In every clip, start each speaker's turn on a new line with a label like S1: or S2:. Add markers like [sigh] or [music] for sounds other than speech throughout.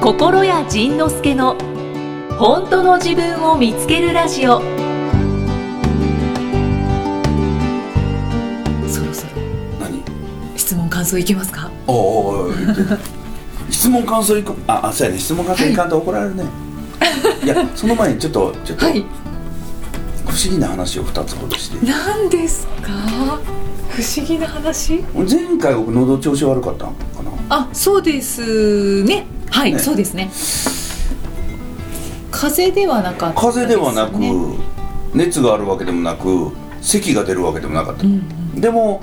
S1: 心谷仁之助の本当の自分を見つけるラジオそろそろ
S2: 何
S1: 質問感想いけますか
S2: おうおうおう言ってる質問感想いくああそうやね質問感想いかんと怒られるね、い、やその前にちょっとちょっと、
S1: はい
S2: 不思議な話を2つほどして
S1: 何ですか不思議な話
S2: 前回僕喉調子悪かったんかな
S1: あそうですねはい
S2: ね
S1: そうですね風邪ではなかった
S2: 風邪ではなく、
S1: ですよね
S2: 熱があるわけでもなく咳が出るわけでもなかった、
S1: うんうん
S2: でも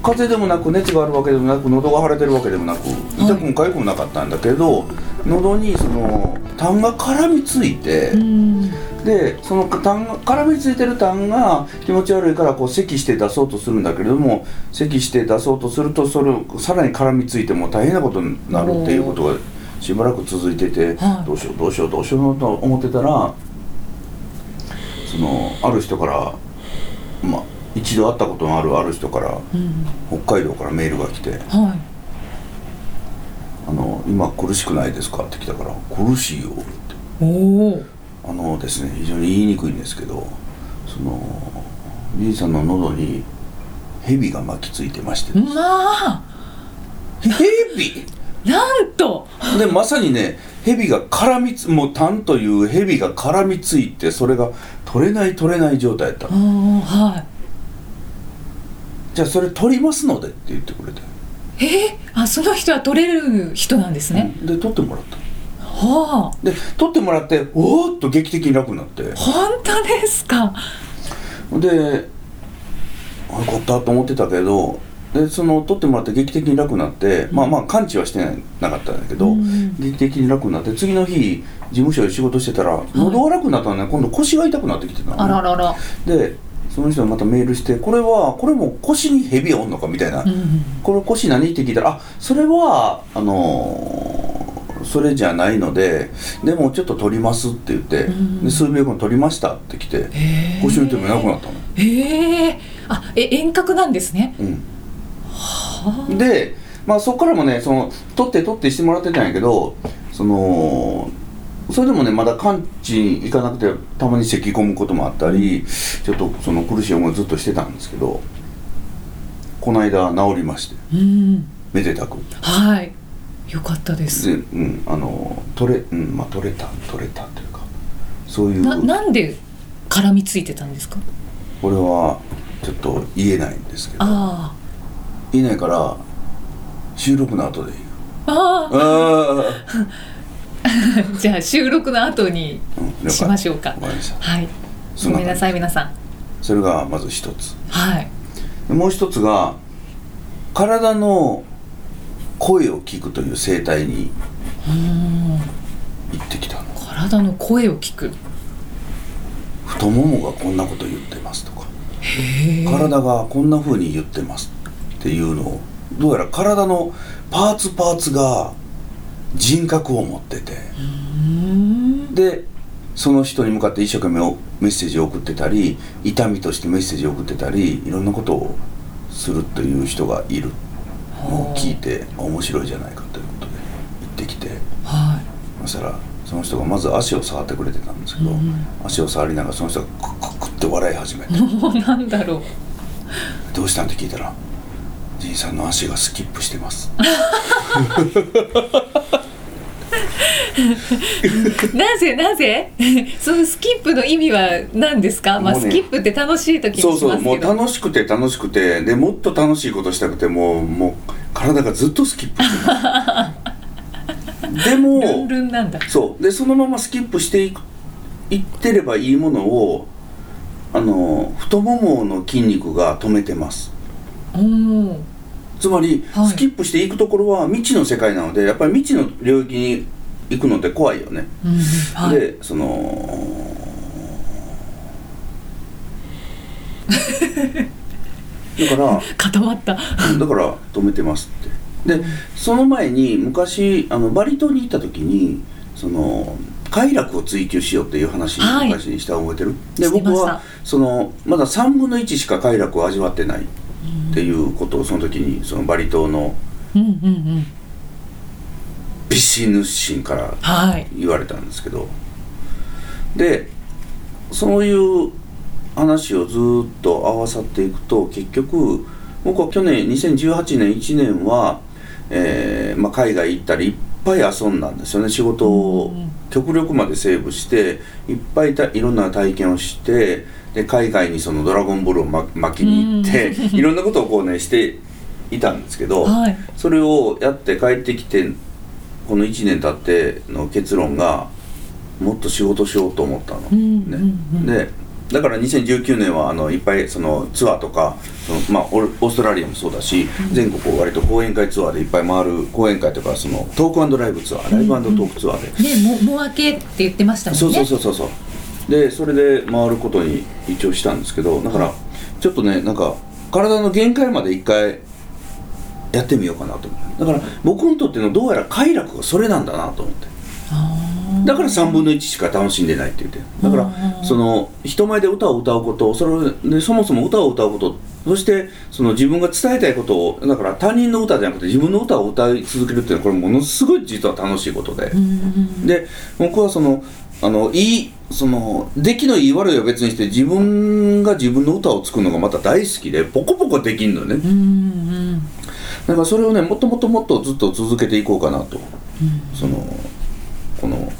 S2: 風邪でもなく熱があるわけでもなく喉が腫れてるわけでもなく痛くも痒くもなかったんだけど、喉にその痰が絡みついて、
S1: うん
S2: でその痰が絡みついてる痰が気持ち悪いからこう咳して出そうとするんだけれども咳して出そうとするとそれをさらに絡みついてもう大変なことになるっていうことがしばらく続いてて、
S1: はい
S2: どうしようどうしようどうしようと思ってたらそのある人からまあ一度会ったことのあるある人から
S1: うん
S2: 北海道からメールが来て
S1: はい
S2: 「あの今苦しくないですか?」って来たから「苦しいよ」って。
S1: おお
S2: あのですね非常に言いにくいんですけどそのじいさんの喉に蛇が巻きついてまして
S1: まあ
S2: 蛇
S1: なんと
S2: でまさにね蛇が絡みつもう痰という蛇が絡みついてそれが取れない取れない状態やった
S1: あーは
S2: じゃあそれ取りますのでって言ってくれて、
S1: いえー、あその人は取れる人なんですね、
S2: で取ってもらった
S1: はあ
S2: で取ってもらっておーっと劇的に楽になって
S1: 本当ですか
S2: であよかったと思ってたけどでその取ってもらって劇的に楽になって、まあまあ完治はしてないなかったんだけど、
S1: うん
S2: 劇的に楽になって次の日事務所で仕事してたら喉が楽になったのね今度腰が痛くなってきてたのね、
S1: あららら、
S2: でその人にまたメールして「これはこれも腰に蛇おんのか」みたいな「
S1: うん、
S2: これ腰何?」って聞いたら「あそれはあのーそれじゃないのででもちょっと取ります」って言って、
S1: うん
S2: で数秒後に「取りました」って来て
S1: へー
S2: 腰の痛みがなくなったの。
S1: へえあえ遠隔なんですね
S2: うん、で、まあ、そこからもねその取って取ってしてもらってたんやけどそのそれでもねまだ完治行かなくてたまに咳き込むこともあったりちょっとその苦しい思いをずっとしてたんですけどこの間治りまして
S1: うん
S2: めでたく
S1: はいよかったです
S2: で、うん、あの取れ,、うんまあ、取れた取れたというかそういう
S1: ななんで絡みついてたんですか
S2: これはちょっと言えないんですけど
S1: あ
S2: 言えないから収録の後で言う。
S1: ーあ [laughs]
S2: ああ
S1: ー [laughs] じゃあ収録の後に
S2: うん
S1: しましょうか
S2: わかりました
S1: はい
S2: そ
S1: ご
S2: んな感じ
S1: めんなさい皆さん
S2: それがまず一つ
S1: はい
S2: もう一つが体の声を聞くという生態に
S1: うん
S2: 行ってきたの
S1: 体の声を聞く
S2: 太ももがこんなこと言ってますとか
S1: へえ
S2: 体がこんな風に言ってますっていうのをどうやら体のパーツパーツが人格を持ってて
S1: うん
S2: でその人に向かって一生懸命メッセージを送ってたり痛みとしてメッセージを送ってたりいろんなことをするという人がいるのを聞いて面白いじゃないかということで行ってきて
S1: はい
S2: そしたらその人がまず足を触ってくれてたんですけど、
S1: うん
S2: 足を触りながらその人がクックックって笑い始めて
S1: もうなんだろう
S2: 「どうしたん?」って聞いたら「じいさんの足がスキップしてます」
S1: なぜなぜ [laughs] そのスキップの意味は何ですか、まあ
S2: もう
S1: ス
S2: ね
S1: キップって楽しい時にし
S2: そ
S1: ま
S2: う
S1: すけど
S2: そうもう楽しくて楽しくてでもっと楽しいことしたくてもうもう体がずっとスキップしてま
S1: [laughs]
S2: すでも
S1: ルンルンなんだ
S2: そうでそのままスキップしていくいってればいいものをあの太ももの筋肉が止めてます
S1: おー
S2: つまり、
S1: はい
S2: スキップしていくところは未知の世界なのでやっぱり未知の領域に行くのって怖いよね、
S1: うんはい、
S2: で
S1: [laughs]
S2: そのだから
S1: 固まった
S2: だから止めてますってでその前に昔あのバリ島に行った時にその快楽を追求しようっていう話
S1: はい
S2: 昔にした覚えてる、
S1: して
S2: で
S1: ました
S2: 僕はそのまだ3分の1しか快楽を味わってないっていうことをその時にそのバリ島の
S1: うんうんうん
S2: ビシヌシンから
S1: はい
S2: 言われたんですけどでそういう話をずーっと合わさっていくと結局僕は去年2018年1年は、えーまあ、海外行ったりいっぱい遊んだんですよね仕事を
S1: うん
S2: 極力までセーブしていっぱいたいろんな体験をしてで海外にその「ドラゴンボール」をま巻きに行って、いろんなことをこうねしていたんですけ
S1: [laughs]
S2: ど。
S1: はい
S2: それをやって帰ってきてこの1年経っての結論がもっと仕事しようと思ったの、
S1: うんうんうん
S2: でだから2019年はあのいっぱいそのツアーとかその、まあ、オルオーストラリアもそうだし、全国を割と講演会ツアーでいっぱい回る講演会とかそのトークライブツアーライブトークツアーで、
S1: ねもも分けって言ってましたもんね
S2: そうそうそうそうそうでそれで回ることに一応したんですけどだからちょっとねなんか体の限界まで一回やってみようかなと思ってだから僕にとってのどうやら快楽がそれなんだなと思って
S1: あ
S2: だから3分の1しか楽しんでないって言ってだか
S1: あー
S2: らその人前で歌を歌うことそれでそもそも歌を歌うことそしてその自分が伝えたいことをだから他人の歌じゃなくて自分の歌を歌い続けるっていうのはこれものすごい実は楽しいことで、
S1: ーうん
S2: で僕はそのあのいいその出来のいい悪いは別にして自分が自分の歌を作るのがまた大好きでポコポコできるのね
S1: うんうん
S2: だからそれをねもっともっともっとずっと続けていこうかなと、そのこの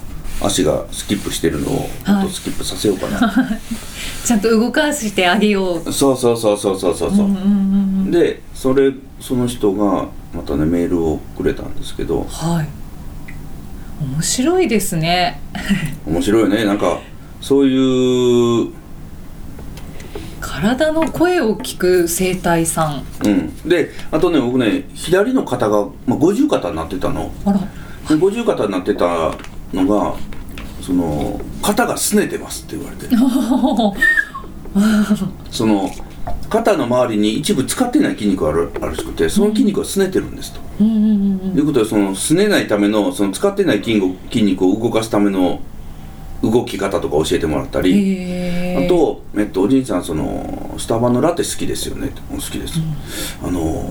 S2: 足がスキップしてるのをもっとスキップさせようかな、
S1: [laughs] ちゃんと動かしてあげよう
S2: そうそうそうそうそうそうそう、
S1: うんうんうんうん
S2: でそれその人がまたねメールをくれたんですけど
S1: はい面白いですね
S2: 面白いねなんかそういう
S1: 体の声を聞く生体さん
S2: うん、であとね僕ね左の肩が、まあ、五十肩になってたの
S1: あら
S2: で五十肩になってたのがその肩が拗ねてますって言われて
S1: [laughs]
S2: その肩の周りに一部使ってない筋肉があるあるらしくてその筋肉が拗ねてるんですと、
S1: うんうんうん
S2: いうことはその拗ねないためのその使ってない筋肉筋肉を動かすための動き方とか教えてもらった
S1: うん
S2: り、
S1: へー
S2: あ
S1: [laughs]
S2: と、えっと、おじいさんそのスタバのラテ好きですよねってうん好きです、あのー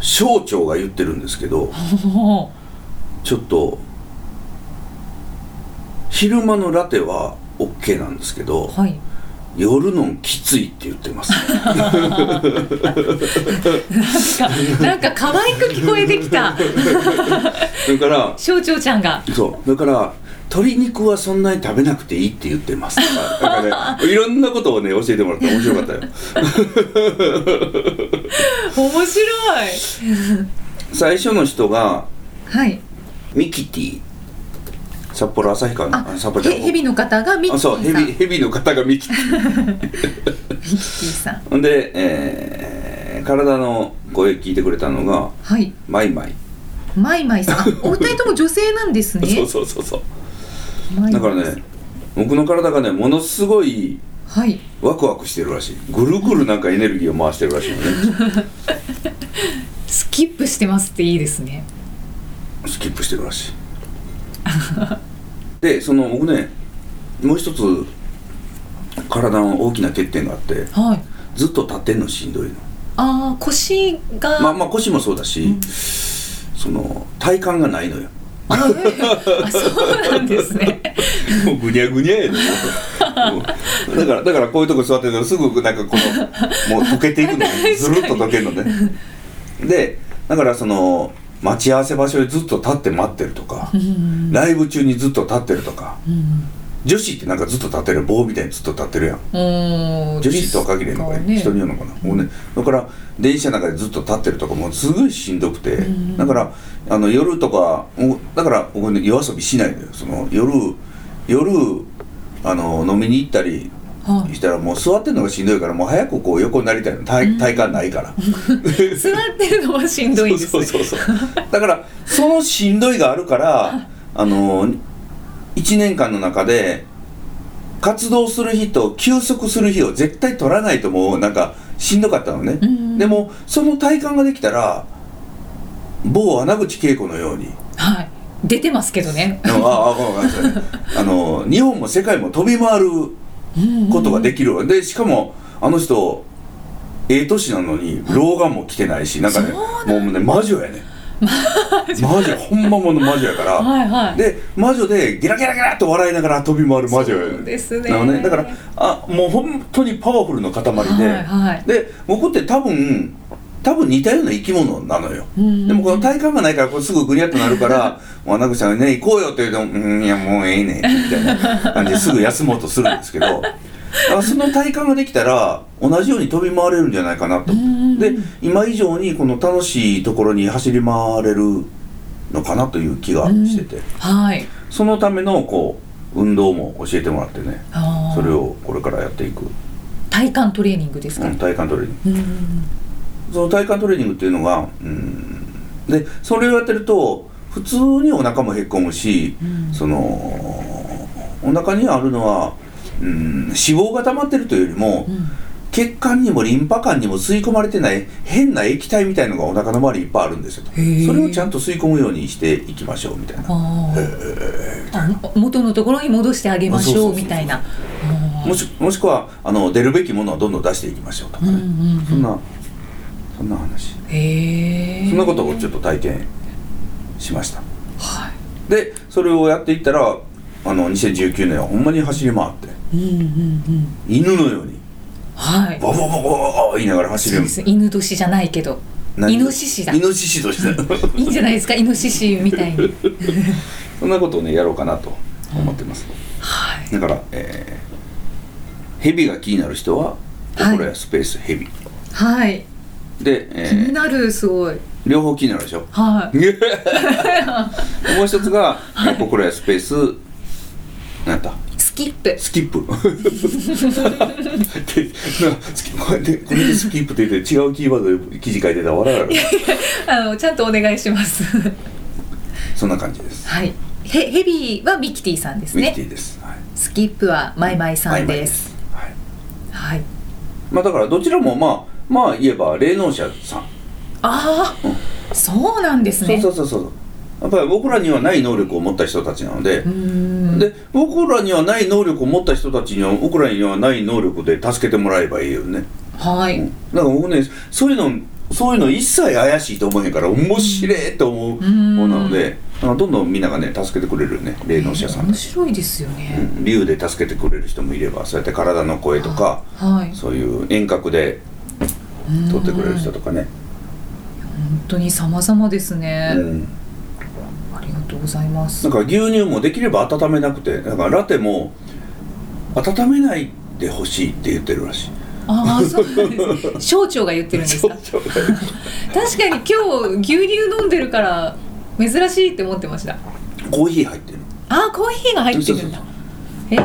S2: 省庁が言ってるんですけど
S1: おー
S2: ちょっと昼間のラテは OK なんですけど
S1: はい
S2: 夜のきついって言って [laughs] ます、ね、
S1: なんかなんか可愛く聞こえてきた
S2: それから
S1: 小腸ちゃんが
S2: そうだから鶏肉はそんなに食べなくていいって言ってますだからなんかねいろんなことをね教えてもらって面白かったよ [laughs]
S1: 面白い
S2: 最初の人が
S1: はい
S2: ミキティ札幌旭川のあ札幌じゃない
S1: へ蛇の方がミッ
S2: あ
S1: キー
S2: そ
S1: さ
S2: うんヘビ
S1: ミッ
S2: ヘビの方がミキテ
S1: [laughs]
S2: ィ
S1: キーさん
S2: ほんで、えー体の声聞いてくれたのが
S1: はい
S2: マイマイ、
S1: マイマイさん
S2: [laughs]
S1: あお二人とも女性なんですね
S2: そうそうそうそう
S1: マイマ
S2: だ
S1: イ
S2: か
S1: さ
S2: ら
S1: ん
S2: ね僕の体がねものすごい
S1: はい
S2: ワクワクしてるらしいぐるぐるなんかエネルギーを回してるらしいよね
S1: [laughs] スキップしてますっていいですね
S2: スキップしてるらしいでその僕ねもう一つ体の大きな欠点があって
S1: はい
S2: ずっと立ってんのしんどいの
S1: ああ腰が、
S2: まあまあ腰もそうだし、
S1: うん
S2: その体幹がないのよ
S1: あえあそうなんです
S2: [laughs]
S1: ね。
S2: もうぐにゃぐに
S1: [laughs]
S2: ゃやで、もうだからだからこういうとこ座ってるとすぐなんかこのもう溶けていくの
S1: [laughs]
S2: ねずるっと溶けるのねでだからその待ち合わせ場所でずっと立って待ってるとか
S1: うん
S2: ライブ中にずっと立ってるとか
S1: うん
S2: 女子ってなんかずっと立ってる棒みたいにずっと立ってるやん
S1: うん
S2: 女子とは限りのかね人によるのかな、もうねだから電車の中でずっと立ってるとかもうすごいしんどくて、
S1: ん
S2: だからあの夜とかおだから僕ね夜遊びしないのよその夜夜あの飲みに行ったり
S1: は
S2: したらもう座ってるのがしんどいからもう早くこう横になりたいの体体幹ないから、
S1: い、座ってるのはしんどいんです。
S2: そうそうそうそうだからそのしんどいがあるからあの1年間の中で活動する日と休息する日を絶対取らないともうなんかしんどかったのね、
S1: うん
S2: でもその体感ができたら某穴口恵子のように
S1: はい出てますけどね。
S2: あああごめんなさいあの日本も世界も飛び回ることができるわでしかもあ
S1: [laughs]
S2: の人ええ年なのに老眼も来てないしなんかねもうね魔女やね魔女ほんまもの魔女やから、
S1: はいはい
S2: で魔女でギラギラギラって笑いながら飛び回る魔女
S1: そうですね
S2: なのねだからあもう本当にパワフルの塊で、
S1: はいはい
S2: で僕って多分多分似たような生き物なのよ、
S1: うんうんうん
S2: でもこの体幹がないからこれすぐグニャっとなる
S1: [laughs]
S2: から「もう穴口さんね行こうよ」って言うと「うんいやもうええねん」みたいな感じですぐ休もうとするんですけどだからその体幹ができたら同じように飛び回れるんじゃないかなと、
S1: うんうんうん
S2: で今以上にこの楽しいところに走り回れるのかなという気がしてて、
S1: はい
S2: そのためのこう運動も教えてもらってね
S1: あー
S2: それをこれからやっていく、
S1: 体幹トレーニングですか、
S2: うん、体幹トレー
S1: う
S2: ニング
S1: んうんうん
S2: その体幹トレーニングっていうのがうんでそれをやってると普通にお腹もへこむし、
S1: うん
S2: そのお腹にあるのはうん脂肪が溜まってるというよりも、
S1: うん
S2: 血管にもリンパ管にも吸い込まれてない変な液体みたいのがお腹の周りにいっぱいあるんですよと
S1: へー
S2: それをちゃんと吸い込むようにしていきましょうみたいな
S1: あーあも元のところに戻してあげまし
S2: そうそう
S1: ょ
S2: そうう
S1: みたいなあー
S2: もしもしくはあの出るべきものはどんどん出していきましょうと
S1: う
S2: かね、
S1: んうん
S2: そんなそんな話
S1: へえ
S2: そんなことをちょっと体験しました
S1: は
S2: でそれをやっていったらあの2019年はほんまに走り回って
S1: いうんうんうん
S2: 犬のように
S1: はい
S2: ババババババ言いながら走
S1: そう
S2: る
S1: です犬年じゃないけど
S2: 何
S1: イノシシだ
S2: イノシシとして
S1: いいんじゃないですかイノシシみたいに
S2: そんなことをねやろうかなと思ってます
S1: はい
S2: だから、えー、ヘビが気になる人は
S1: はい
S2: 心やスペースヘビ、
S1: はい
S2: で、
S1: 気に
S2: えー
S1: なるすごい
S2: 両方気になるでしょ
S1: はい
S2: もう一つが、えー心やスペースなんだ
S1: スキップ
S2: スキップでなスキこれでこれでスキップって言って違うキーワードで記事書いてたら笑うやろ
S1: あのちゃんとお願いします
S2: そんな感じです
S1: はいヘヘビーはミキティさんです
S2: ミキテ
S1: ね
S2: ィです、はい、
S1: スキップはマイマイさんです、
S2: はい、はい
S1: はい
S2: まあだからどちらもまあまあ言えば霊能者さん
S1: ああ、そうなんです
S2: そう
S1: ね
S2: そうそうそうやっぱり僕らにはない能力を持った人たちなので
S1: うーん
S2: で僕らにはない能力を持った人たちには僕らにはない能力で助けてもらえばいいよね
S1: はい、
S2: うんだから僕ねそういうのそういうの一切怪しいと思えへんから面白いと思うものなのでなんかどんどんみんながね助けてくれるよね霊能者さん
S1: 面
S2: たち、
S1: 白いですよね、
S2: うん、竜で助けてくれる人もいればそうやって体の声とか
S1: はい
S2: そういう遠隔で取ってくれる人とかね、
S1: 本当に様々ですね、
S2: うん、
S1: ありがとうございます
S2: なんか牛乳もできれば温めなくてだからラテも温めないでほしいって言ってるらしい
S1: ああそうなんですね省庁が言ってるんですか
S2: そう
S1: 確かに今日牛乳飲んでるから珍しいって思ってました
S2: コーヒー入ってる
S1: あーコーヒーが入ってるんだ
S2: そう
S1: へ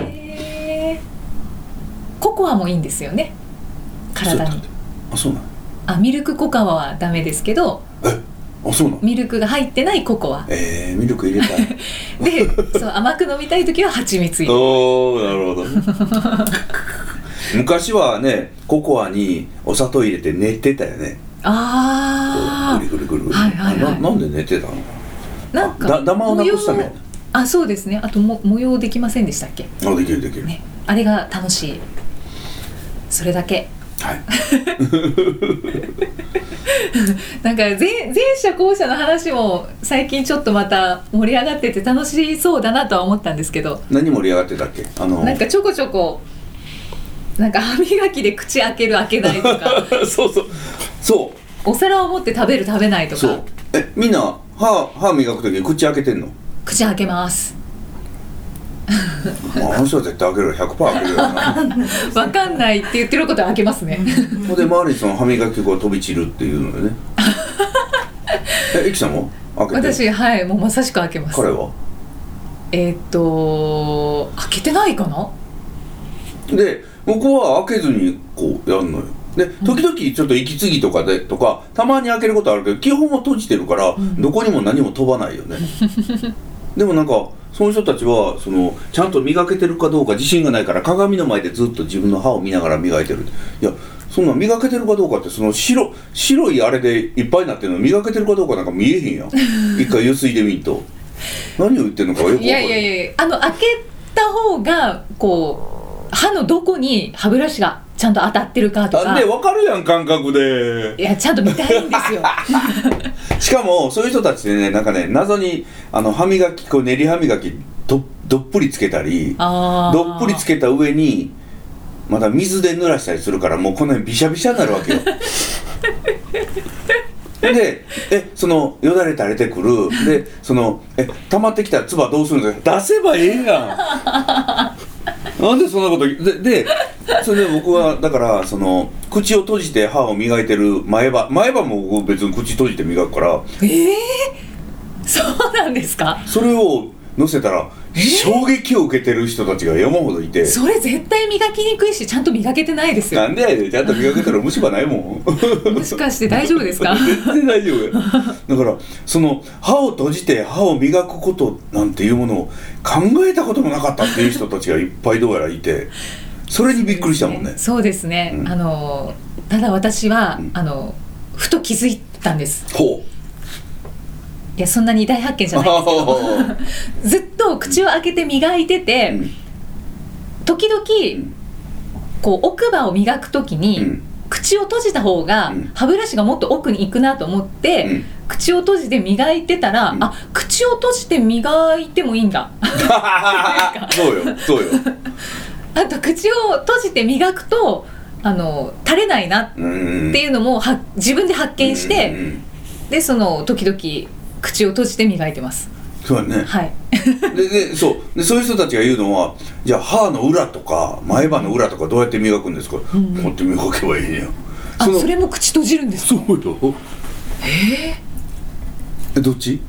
S1: えココアもいいんですよね体
S2: そう
S1: に
S2: だあそうな
S1: あミルクココアはダメですけど
S2: のあそうなの
S1: ミルクが入ってないココア
S2: えー、ミルク入れた
S1: [laughs]
S2: い
S1: でそう甘く飲みたい時は蜂蜜入れ
S2: おおなるほど [laughs] 昔はねココアにお砂糖入れて寝てたよね
S1: あ
S2: ぐりぐりぐりぐり、
S1: はいはいはい
S2: あななんで寝てたの
S1: あなんか
S2: だダマをなくすため
S1: 模様あそうですねあとも模様できませんでしたっけ
S2: あできるできる、
S1: ねあれが楽しいそれだけ
S2: はい
S1: なんか前前者後者の話も最近ちょっとまた盛り上がってて楽しそうだなとは思ったんですけど
S2: 何盛り上がってたっけあの
S1: なんかちょこちょこなんか歯磨きで口開ける開けないと
S2: [laughs]
S1: か
S2: [laughs] そうそうそう
S1: お皿を持って食べる食べないと
S2: そ
S1: か
S2: うえみんな歯歯磨く時口開けて [laughs] んの
S1: 口開けます
S2: まああの人は絶対開けるよ100%開けるよ [laughs] な
S1: わかんないって言ってることは開けます
S2: [laughs]
S1: ね
S2: ほんで周りにその歯磨き粉が飛び散るっていうのよね [laughs] えいきさんも開けて
S1: 私はいもうまさしく開けます
S2: 彼は
S1: えーっと開けてないかな
S2: で僕は開けずにこうやんのよで時々ちょっと息継ぎとかでとかたまに開けることあるけど基本は閉じてるから、どこにも何も飛ばないよ
S1: [laughs]
S2: ねでもなんかその人たちはそのちゃんと磨けてるかどうか自信がないから鏡の前でずっと自分の歯を見ながら磨いてるいやそんな磨けてるかどうかってその白白いあれでいっぱいになってるの磨けてるかどうかなんか見えへ
S1: [laughs]
S2: んやん一回ゆすいでみんと何を言ってるのかよくわかん
S1: いやいや
S2: や
S1: いやあの開けた方がこう歯のどこに歯ブラシがちゃんと当たってるかと
S2: あ
S1: か
S2: でわかるやん感覚で [laughs]
S1: いやちゃんと見たいんですよ
S2: しかもそういう人たちでねなんかね謎にあの歯磨きこう練り歯磨きどどっぷりつけたり
S1: あー
S2: どっぷりつけた上にまた水で濡らしたりするからもうこの辺ビシャビシャになるわ
S1: [laughs]
S2: けよでえそのよだれ垂れてくるでそのえ溜まってきた唾どうするんですか出せばええや
S1: [laughs]
S2: んなんでそんなことででそれで僕はだからその口を閉じて歯を磨いてる前歯前歯も僕別に口閉じて磨くから
S1: ええそうなんですか
S2: それを乗せたら衝撃を受けてる人たちが山ほどいて
S1: それ絶対磨きにくいしちゃんと磨けてないです
S2: な
S1: よ
S2: んでやねんちゃんと磨けたら虫歯な
S1: [laughs]
S2: いもん
S1: もしかして大丈夫ですか
S2: 全然大丈夫やだからその歯を閉じて歯を磨くことなんていうものを考えたこともなかったっていう人たちがいっぱいどうやらいてそれにびっくりしたもんね
S1: そうですね、
S2: うん
S1: あのただ私は、
S2: うん
S1: あのふと気づいたんです
S2: ほう
S1: いやそんなに大発見じゃないですけど
S2: あ
S1: ずっと口を開けて磨いてて、
S2: ー
S1: 時々
S2: ん
S1: こう奥歯を磨くときに、
S2: [laughs] うん
S1: 口を閉じた方が
S2: うん
S1: 歯ブラシがもっと奥に行くなと思って、
S2: うん
S1: 口を閉じて磨いてたら、
S2: うん
S1: あ口を閉じて磨いてもいいんだ [laughs]
S2: そうよそうよ
S1: あと口を閉じて磨くとあの垂れないなっ
S2: うん
S1: ていうのもは自分で発見して、
S2: うんうん
S1: でその時々口を閉じて磨いてます
S2: そうやね
S1: はい
S2: ででそうでそういう人たちが言うのはじゃあ歯の裏とか前歯の裏とかどうやって磨くんですか、
S1: ん
S2: こうやって磨けばいいねん
S1: あ
S2: の
S1: それも口閉じるんです
S2: そうよえどっち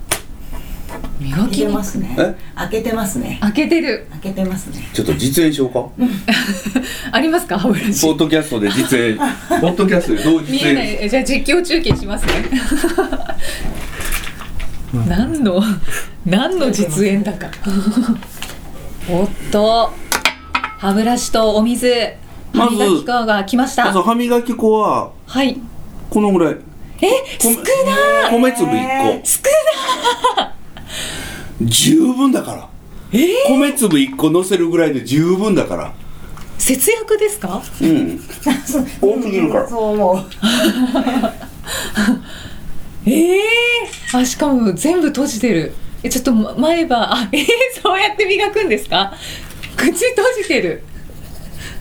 S1: 磨
S3: 開
S1: き
S3: けて
S1: に
S3: ますね
S2: え
S3: 開けてますね
S1: 開けてる
S3: 開けてますね
S2: ちょっと実演しようか
S1: [laughs] ありますか歯ブラシ
S2: ポッドキャストで実
S1: [laughs]
S2: 演ポッドキャストでどう
S1: 見
S2: 実
S1: え
S2: 演
S1: ないえじゃあ実況中継しますね何の何の実演だかおっと歯ブラシとお水歯
S2: まず
S1: 磨き粉が来まし
S2: あ
S1: た
S2: そう歯磨き粉は
S1: はい
S2: このぐらい
S1: え少ない
S2: 米粒1個
S1: 少
S2: 十分だから
S1: えー
S2: 米粒1個乗せるぐらいで十分だから
S1: 節約ですか [laughs]
S2: うん多すぎるから
S3: そう思う
S1: ええあしかも全部閉じてるえちょっとま前歯あえー、そうやって磨くんですか口閉じてる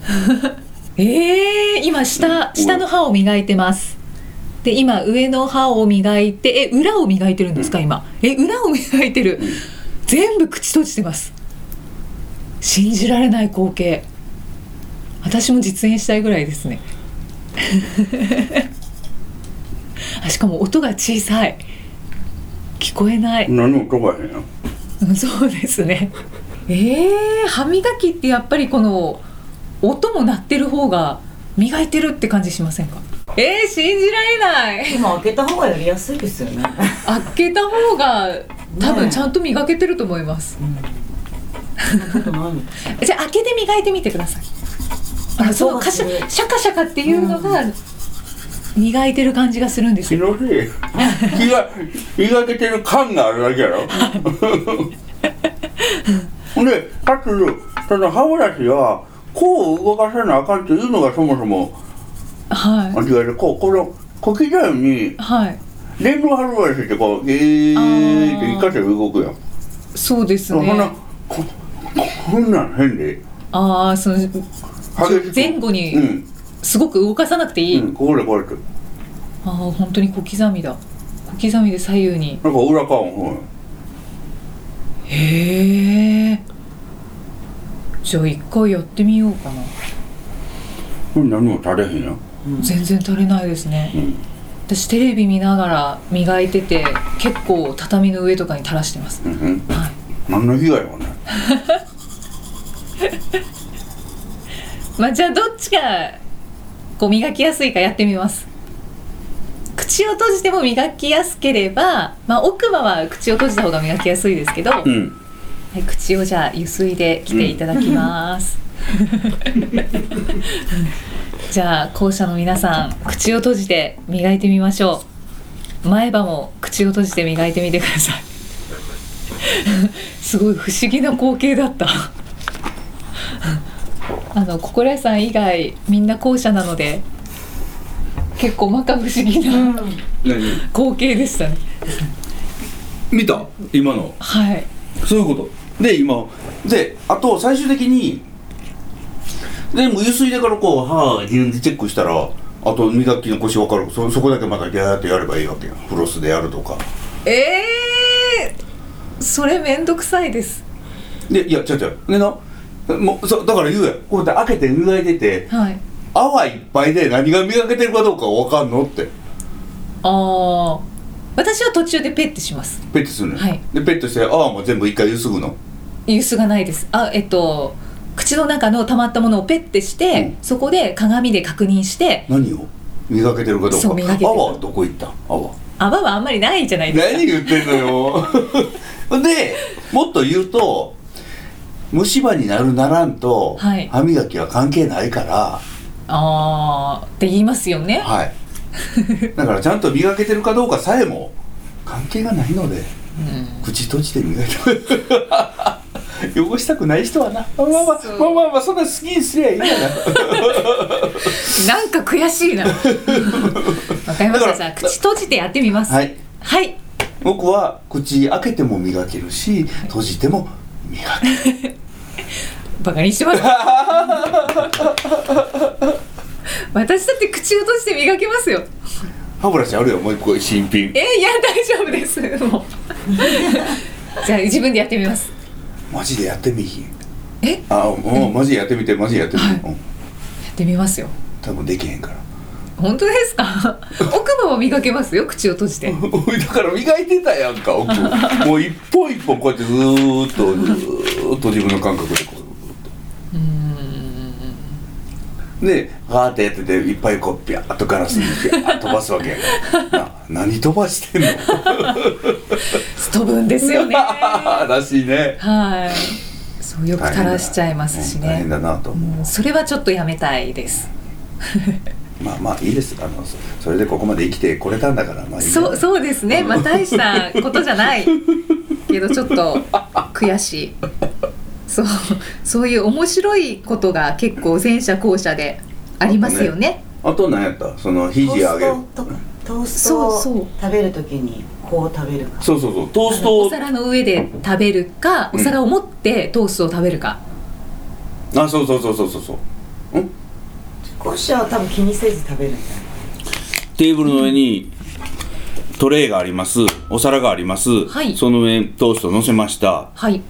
S1: [laughs] ええ今下下の歯を磨いてますで今上の歯を磨いてえ裏を磨いてるんですか今え裏を磨いてる全部口閉じてます信じられない光景私も実演したいぐらいですね [laughs] あしかも音が小さい聞こえない
S2: 何も飛ばへんやん
S1: うんそうですね。えー、歯磨きってやっぱりこの音も鳴ってる方が磨いてるって感じしませんか。えー、信じられない。
S3: 今開けた方がやりやすいですよね
S1: 開けた方が多
S3: ね
S1: 分
S3: え
S1: ちゃんと磨けてると思います。
S3: ちょっと何
S1: じゃあ開けて磨いてみてください。あ、そ
S3: 音
S1: う
S3: が
S1: カ
S3: す
S1: シ
S3: る
S1: ャシャカシャカっていうのが磨いてる感じがするんです
S2: 気
S1: よ。
S2: のせい気が磨けてる感があるだけや
S1: [laughs]
S2: ろほんでかつその歯ブラシはこう動かさなあかんというのがそもそも
S1: は
S2: 間違いでこうこの小刻みに
S1: いはい。
S2: 電動歯ブラシってこうえーって一箇所動くやん、
S1: そうです
S2: ほんな
S1: ね。
S2: ここんなん変で
S1: ああ、その
S2: 激しく
S1: 前後に
S2: うん、
S1: すごく動かさなくていい。
S2: うん、ここでこうやってな
S1: ああ本当に小刻みだ小刻みで左右に
S2: んか裏側も
S1: へえじゃあ一回やってみようかな
S2: ほん何も垂れへんやん
S1: 全然足りないですね、
S2: うん
S1: 私テレビ見ながら磨いてて結構畳の上とかに垂らしてます、
S2: うんうん
S1: はい、
S2: 何の被害もない
S1: まあじゃあどっちがこう磨きやすいかやってみます口を閉じても磨きやすければ、まあ、奥歯は口を閉じた方が磨きやすいですけど、
S2: うん
S1: はい、口をじゃあゆすいで来ていただき [laughs] ます、じゃあ校舎の皆さん口を閉じて磨いてみましょう前歯も口を閉じて磨いてみてください [laughs] すごい不思議な光景だった [laughs] あのここらさん以外みんな校舎なので結構摩訶不思議な
S2: 何
S1: 光景でしたね
S2: 見た今の
S1: はい
S2: そういうことで今であと最終的にでもうゆすいでからこう歯自分でチェックしたらあと磨き残し分かるそそこだけまたギャーってやればいいわけよフロスでやるとか
S1: ええー、それめんどくさいです
S2: でいや違う違うでなもうそだから言うやんこうやって開けて磨いてて
S1: はい
S2: 泡いっぱいで何が磨けてるかどうか分かんのって
S1: ああ私は途中でペッてします
S2: ペットするのよ、
S1: はい
S2: でペットして泡も全部一回ゆすぐの
S1: ゆすがないですあえっと口の中の溜まったものをペッてして、
S2: う
S1: そこで鏡で確認して
S2: 何を磨けてるかどうか
S1: そう磨けてる
S2: 泡はどこ行った泡
S1: 泡はあんまりないじゃないですか
S2: 何言ってんのよ [laughs] でもっと言うと虫歯になるならんと、
S1: はい
S2: 歯磨きは関係ないから
S1: ああって言いますよね
S2: はいだからちゃんと磨けてるかどうかさえも関係がないので
S1: うん
S2: 口閉じて磨いて [laughs] 汚したくない人はなまあまあま
S1: そう
S2: あまあまあまあそんな好きにすりゃいいから
S1: [laughs] なんか悔しい
S2: [laughs]
S1: なわかりまし
S2: だから
S1: たじゃあ口閉じてやってみます
S2: はい
S1: はい
S2: 僕は口開けても磨けるし閉じても磨ける
S1: バカにしてます
S2: [laughs]
S1: 私だって口を閉じて磨けますよ
S2: 歯ブラシあるよもう一個新品
S1: えー、いや大丈夫です
S2: [laughs]
S1: もうじゃあ自分でやってみます
S2: マジでやってみひん
S1: え
S2: あうんマジでやってみてマジでやってみて、うん
S1: やってみますよ
S2: 多分できへんから
S1: 本当ですか奥歯も磨けますよ口を閉じて
S2: [laughs] おいだから磨いてたやんか [laughs] 奥もう一本一本こうやってずーっとずーっと自分の感覚でこうずーっとでガーってやってていっぱいこうピャーっとガラスにピャーっと飛ばすわけやん [laughs] かな何飛ばしてんの
S1: 飛ぶんですよ
S2: [laughs]
S1: ねは
S2: らしいね
S1: いそうよく垂らしちゃいますし
S2: 大
S1: ね
S2: 変だなと思う、
S1: うんそれはちょっとやめたいです
S2: まあまあいいですあのそそれでここまで生きてこれたんだからまあいい
S1: そうそうですねまあ大したことじゃないけどちょっと悔しいそうそういう面白いことが結構前者後者でありますよね
S2: あと何やったその
S3: ト
S2: 肘上げる
S3: ーストとかトーストを
S1: そうそう
S3: 食べるときにこう食べるか
S2: そうそうそうトースト
S1: お
S2: を
S1: 皿の上で食べるかお皿を持ってトーストを食べるか、
S2: あそうそうそうそうそうそう
S3: こうしちゃう多分気にせず食べるんだよ
S2: テーブルの上にトレイがありますお皿があります、
S1: はい
S2: その上にトーストを乗せました
S1: はい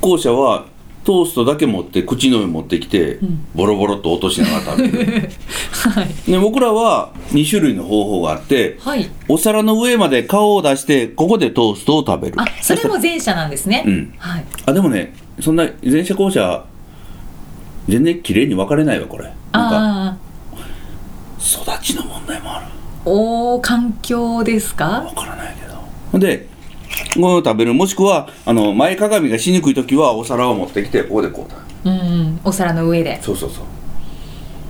S2: 後者はトーストだけ持って口の上持ってきて、ボロボロと落としながら食べる
S1: [laughs] はい
S2: で僕らは2種類の方法があって
S1: はい
S2: お皿の上まで顔を出してここでトーストを食べる
S1: あ、それも前者なんですね。
S2: うん
S1: はい。
S2: あでもねそんな前者後者全然綺麗に分かれないわこれなんか
S1: ああ
S2: 育ちの問題もある
S1: ー、おー環境ですか。
S2: わからないけどでご飯を食べるもしくはあの前かがみがしにくい時はお皿を持ってきてここでこうだ
S1: うんうん、お皿の上で。
S2: そうそうそう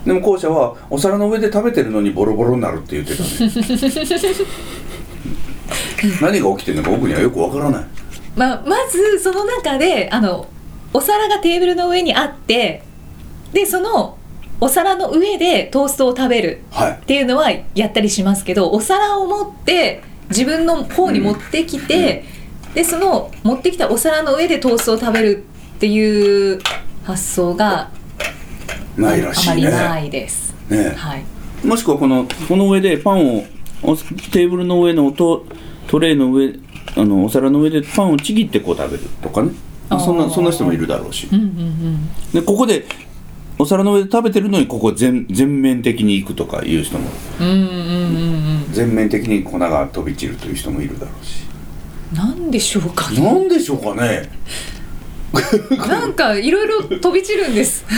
S2: でも後者はお皿の上で食べてるのにボロボロになるって言ってたね
S1: [laughs]
S2: 何が起きてるのか僕にはよくわからない
S1: まあ、まずその中で、あの、お皿がテーブルの上にあって。で、その、お皿の上でトーストを食べる
S2: はい
S1: っていうのはやったりしますけど、お皿を持って。自分の方に持ってきて、で、その持ってきたお皿の上でトーストを食べるっていう発想が
S2: ないら
S1: あ
S2: し
S1: ま
S2: い
S1: り
S2: ね
S1: ないです。
S2: ね
S1: はい。
S2: えもしくはこのこの上でパンをおテーブルの上のトトレイの上あのお皿の上でパンをちぎってこう食べるとかね
S1: あー
S2: そんなそんな人もいるだろうし
S1: うんうんうん。
S2: でここでお皿の上で食べてるのにここ全全面的に行くとかいう人も
S1: うんうんうんうん
S2: 全面的に粉が飛び散るという人もいるだろうし
S1: なんでしょうか
S2: [laughs]
S1: ね
S2: なんでしょうかね
S1: なんかいろいろ飛び散るんです
S2: [laughs]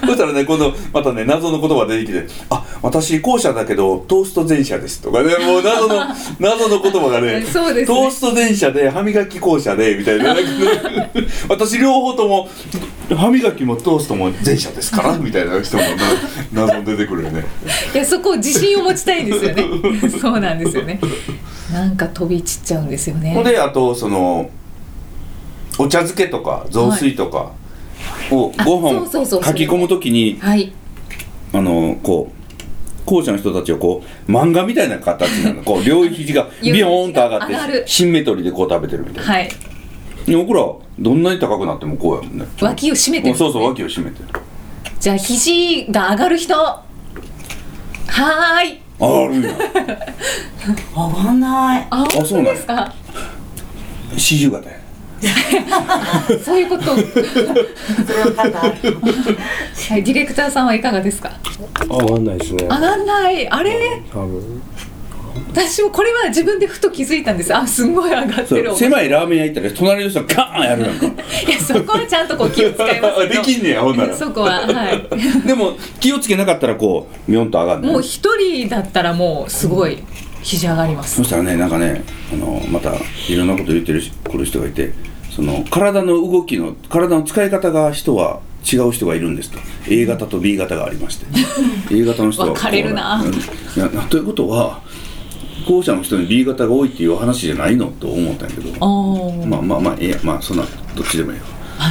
S2: そしたらね今度またね謎の言葉出てきて「あ私後者だけどトースト前者です」とかねもう
S1: [laughs]
S2: 謎の謎の言葉がね
S1: そうですね
S2: トースト前者で歯磨き後者で」みた
S1: [laughs]
S2: いななんかね私両方とも歯磨きもトーストも前者で
S1: [laughs]
S2: すからみたいな人もね謎出てくるよね。
S1: いやそこ自信を持ちたいんですよ
S2: [laughs]
S1: ねそうなんですよねなんか飛び散っちゃうんですよ
S2: ほん
S1: ね
S2: であとそのお茶漬けとか雑炊とかを
S1: あそう
S2: ご
S1: そう
S2: 飯
S1: そう
S2: かき込むときに
S1: はい
S2: あのこう後者の人たちはこう漫画みたいな形なのこう両肘
S1: [laughs]
S2: がビヨーンと上
S1: 両
S2: が
S1: 肘が上
S2: っ
S1: が
S2: て
S1: る
S2: シンメトリーでこう食べてるみたいな、
S1: はい
S2: 僕らどんなに高くなってもこうやもんね
S1: 脇を締めてる
S2: そうそう脇を締めてる
S1: じゃあ肘が上がる人はーい
S2: ああるんや
S3: 上がんない
S1: あ
S2: あ
S1: 本
S2: そ
S1: 当
S2: うなんや
S1: ですか
S2: 四十肩や
S1: そういう
S2: [laughs]
S1: こと、は
S3: それは肩ある
S1: い、ディレクターさんはいかがですか
S4: 上がんないですね
S1: 上がんないあれ
S4: 多分
S1: 私もこれは自分でふと気づいたんですあすんごい上がっ
S2: そ
S1: てる
S2: う狭いラーメン屋行ったら隣の人がカーンやるやんか
S1: いやそこはちゃんとこう気を使いますけ
S2: [laughs] で
S1: ど
S2: きんねやほんなら
S1: そこははい
S2: でも気をつけなかったらこうビヨンと上がるのよ
S1: もう一人だったらもうすごい肘上がります
S2: そしたらねなんかねあのまたいろんなこと言ってるし来る人がいてその体の動きの体の使い方が人は違う人がいるんですと A 型と B 型がありまして A 型の人はこう
S1: 分かれるな
S2: うんいやということは後者の人に B 型が多いっていう話じゃないのと思ったんやけど
S1: おお、
S2: まあまあまあええやまあそんなどっちでもいいよ。はい、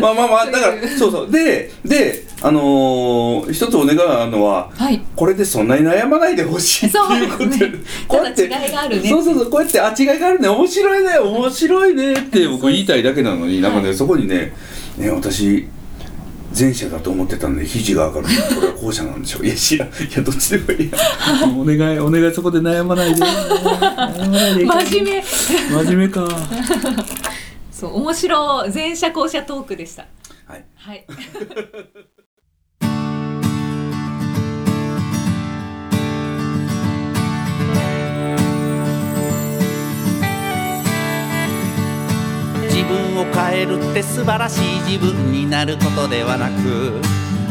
S2: まあまあまあだからそうそうでであのー一つお願いがあるのは、
S1: はい
S2: これでそんなに悩まないでほしいっていうこ
S1: そ
S2: と
S1: うですね
S2: こうやって
S1: ただ違いがあるね
S2: そうそうそうこうやってあ違いがあるね面白いね面白いねって僕言いたいだけなのになんかね、
S1: は
S2: そこにねね私前者だと思ってたんで肘が上がるこれは後者なんでしょういや知らんいやどっちでもいいや [laughs] お願いお願いそこで悩まないで
S1: 真面目
S2: 真面目か。
S1: そう面白い前者後者トークでした
S2: はい
S1: はい
S5: 自分を変えるって素晴らしい自分になることではなく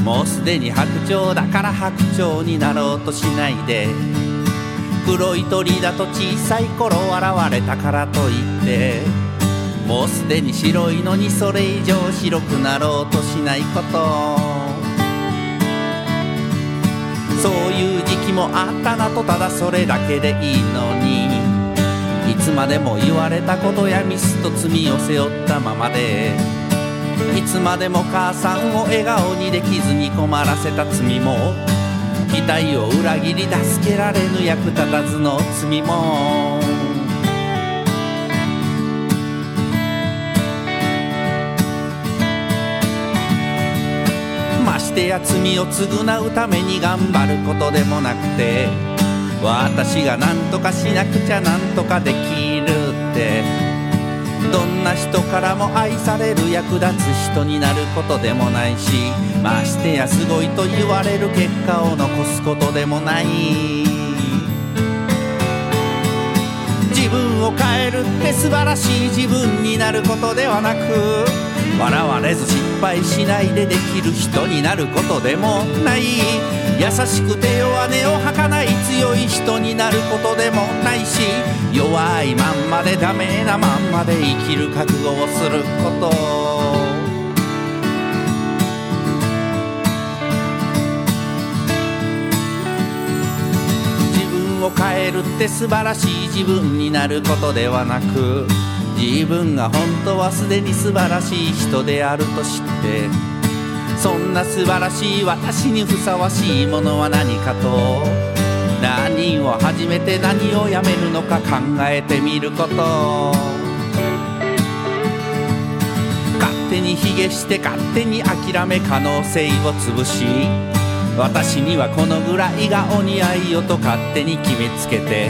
S5: もうすでに白鳥だから白鳥になろうとしないで黒い鳥だと小さい頃現れたからといってもうすでに白いのにそれ以上白くなろうとしないことそういう時期もあったなとただそれだけでいいのにいつまでも言われたことやミスと罪を背負ったままでいつまでも母さんを笑顔にできずに困らせた罪も期待を裏切り助けられぬ役立たずの罪もましてや罪を償うために頑張ることでもなくて私が何とかしなくちゃ何とかできるってどんな人からも愛される役立つ人になることでもないしましてやすごいと言われる結果を残すことでもない自分を変えるって素晴らしい自分になることではなく笑われず失敗しないでできる人になることでもない優しくて弱音を吐かない強い人になることでもないし弱いまんまでダメなまんまで生きる覚悟をすること自分を変えるって素晴らしい自分になることではなく自分が本当はすでに素晴らしい人であると知ってそんな素晴らしい私にふさわしいものは何かと何を始めて何をやめるのか考えてみること勝手に卑下して勝手に諦め可能性を潰し私にはこのぐらいがお似合いよと勝手に決めつけて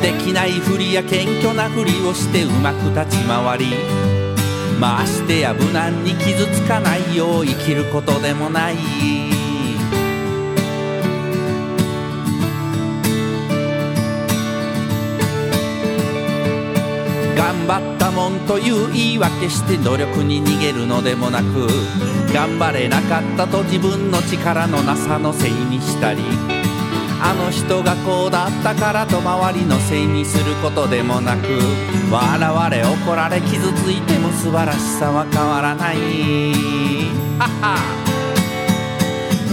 S5: できないふりや謙虚なふりをしてうまく立ち回りましてや無難に傷つかないよう生きることでもない頑張ったもんという言い訳して努力に逃げるのでもなく頑張れなかったと自分の力のなさのせいにしたりあの人がこうだったからと周りのせいにすることでもなく笑われ怒られ傷ついても素晴らしさは変わらない [laughs] はは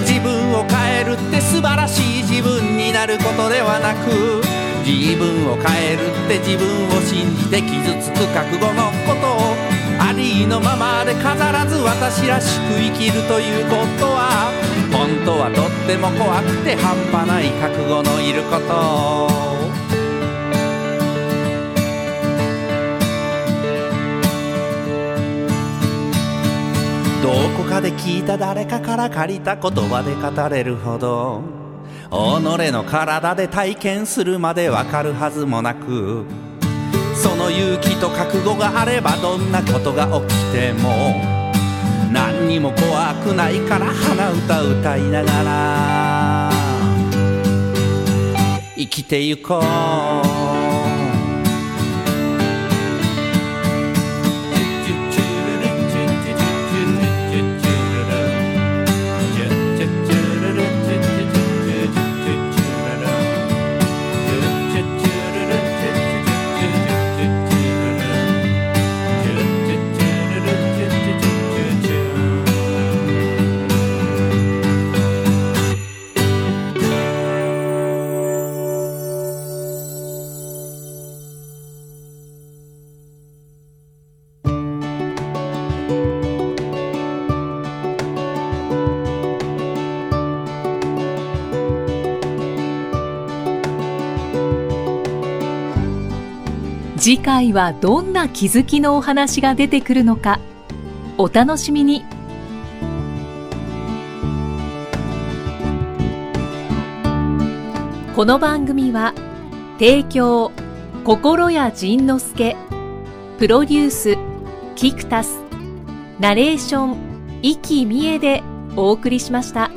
S5: 自分を変えるって素晴らしい自分になることではなく自分を変えるって自分を信じて傷つく覚悟のことをありのままで飾らず私らしく生きるということは本当はとっても怖くて半端ない覚悟のいることどこかで聞いた誰かから借りた言葉で語れるほど己の体で体験するまでわかるはずもなくその勇気と覚悟があればどんなことが起きても何にも怖くないから鼻歌歌いながら生きてゆこう
S6: 次回はどんな気づきのお話が出てくるのかお楽しみにこの番組は提供心谷仁之助プロデュースキクタスナレーション生きみえでお送りしました。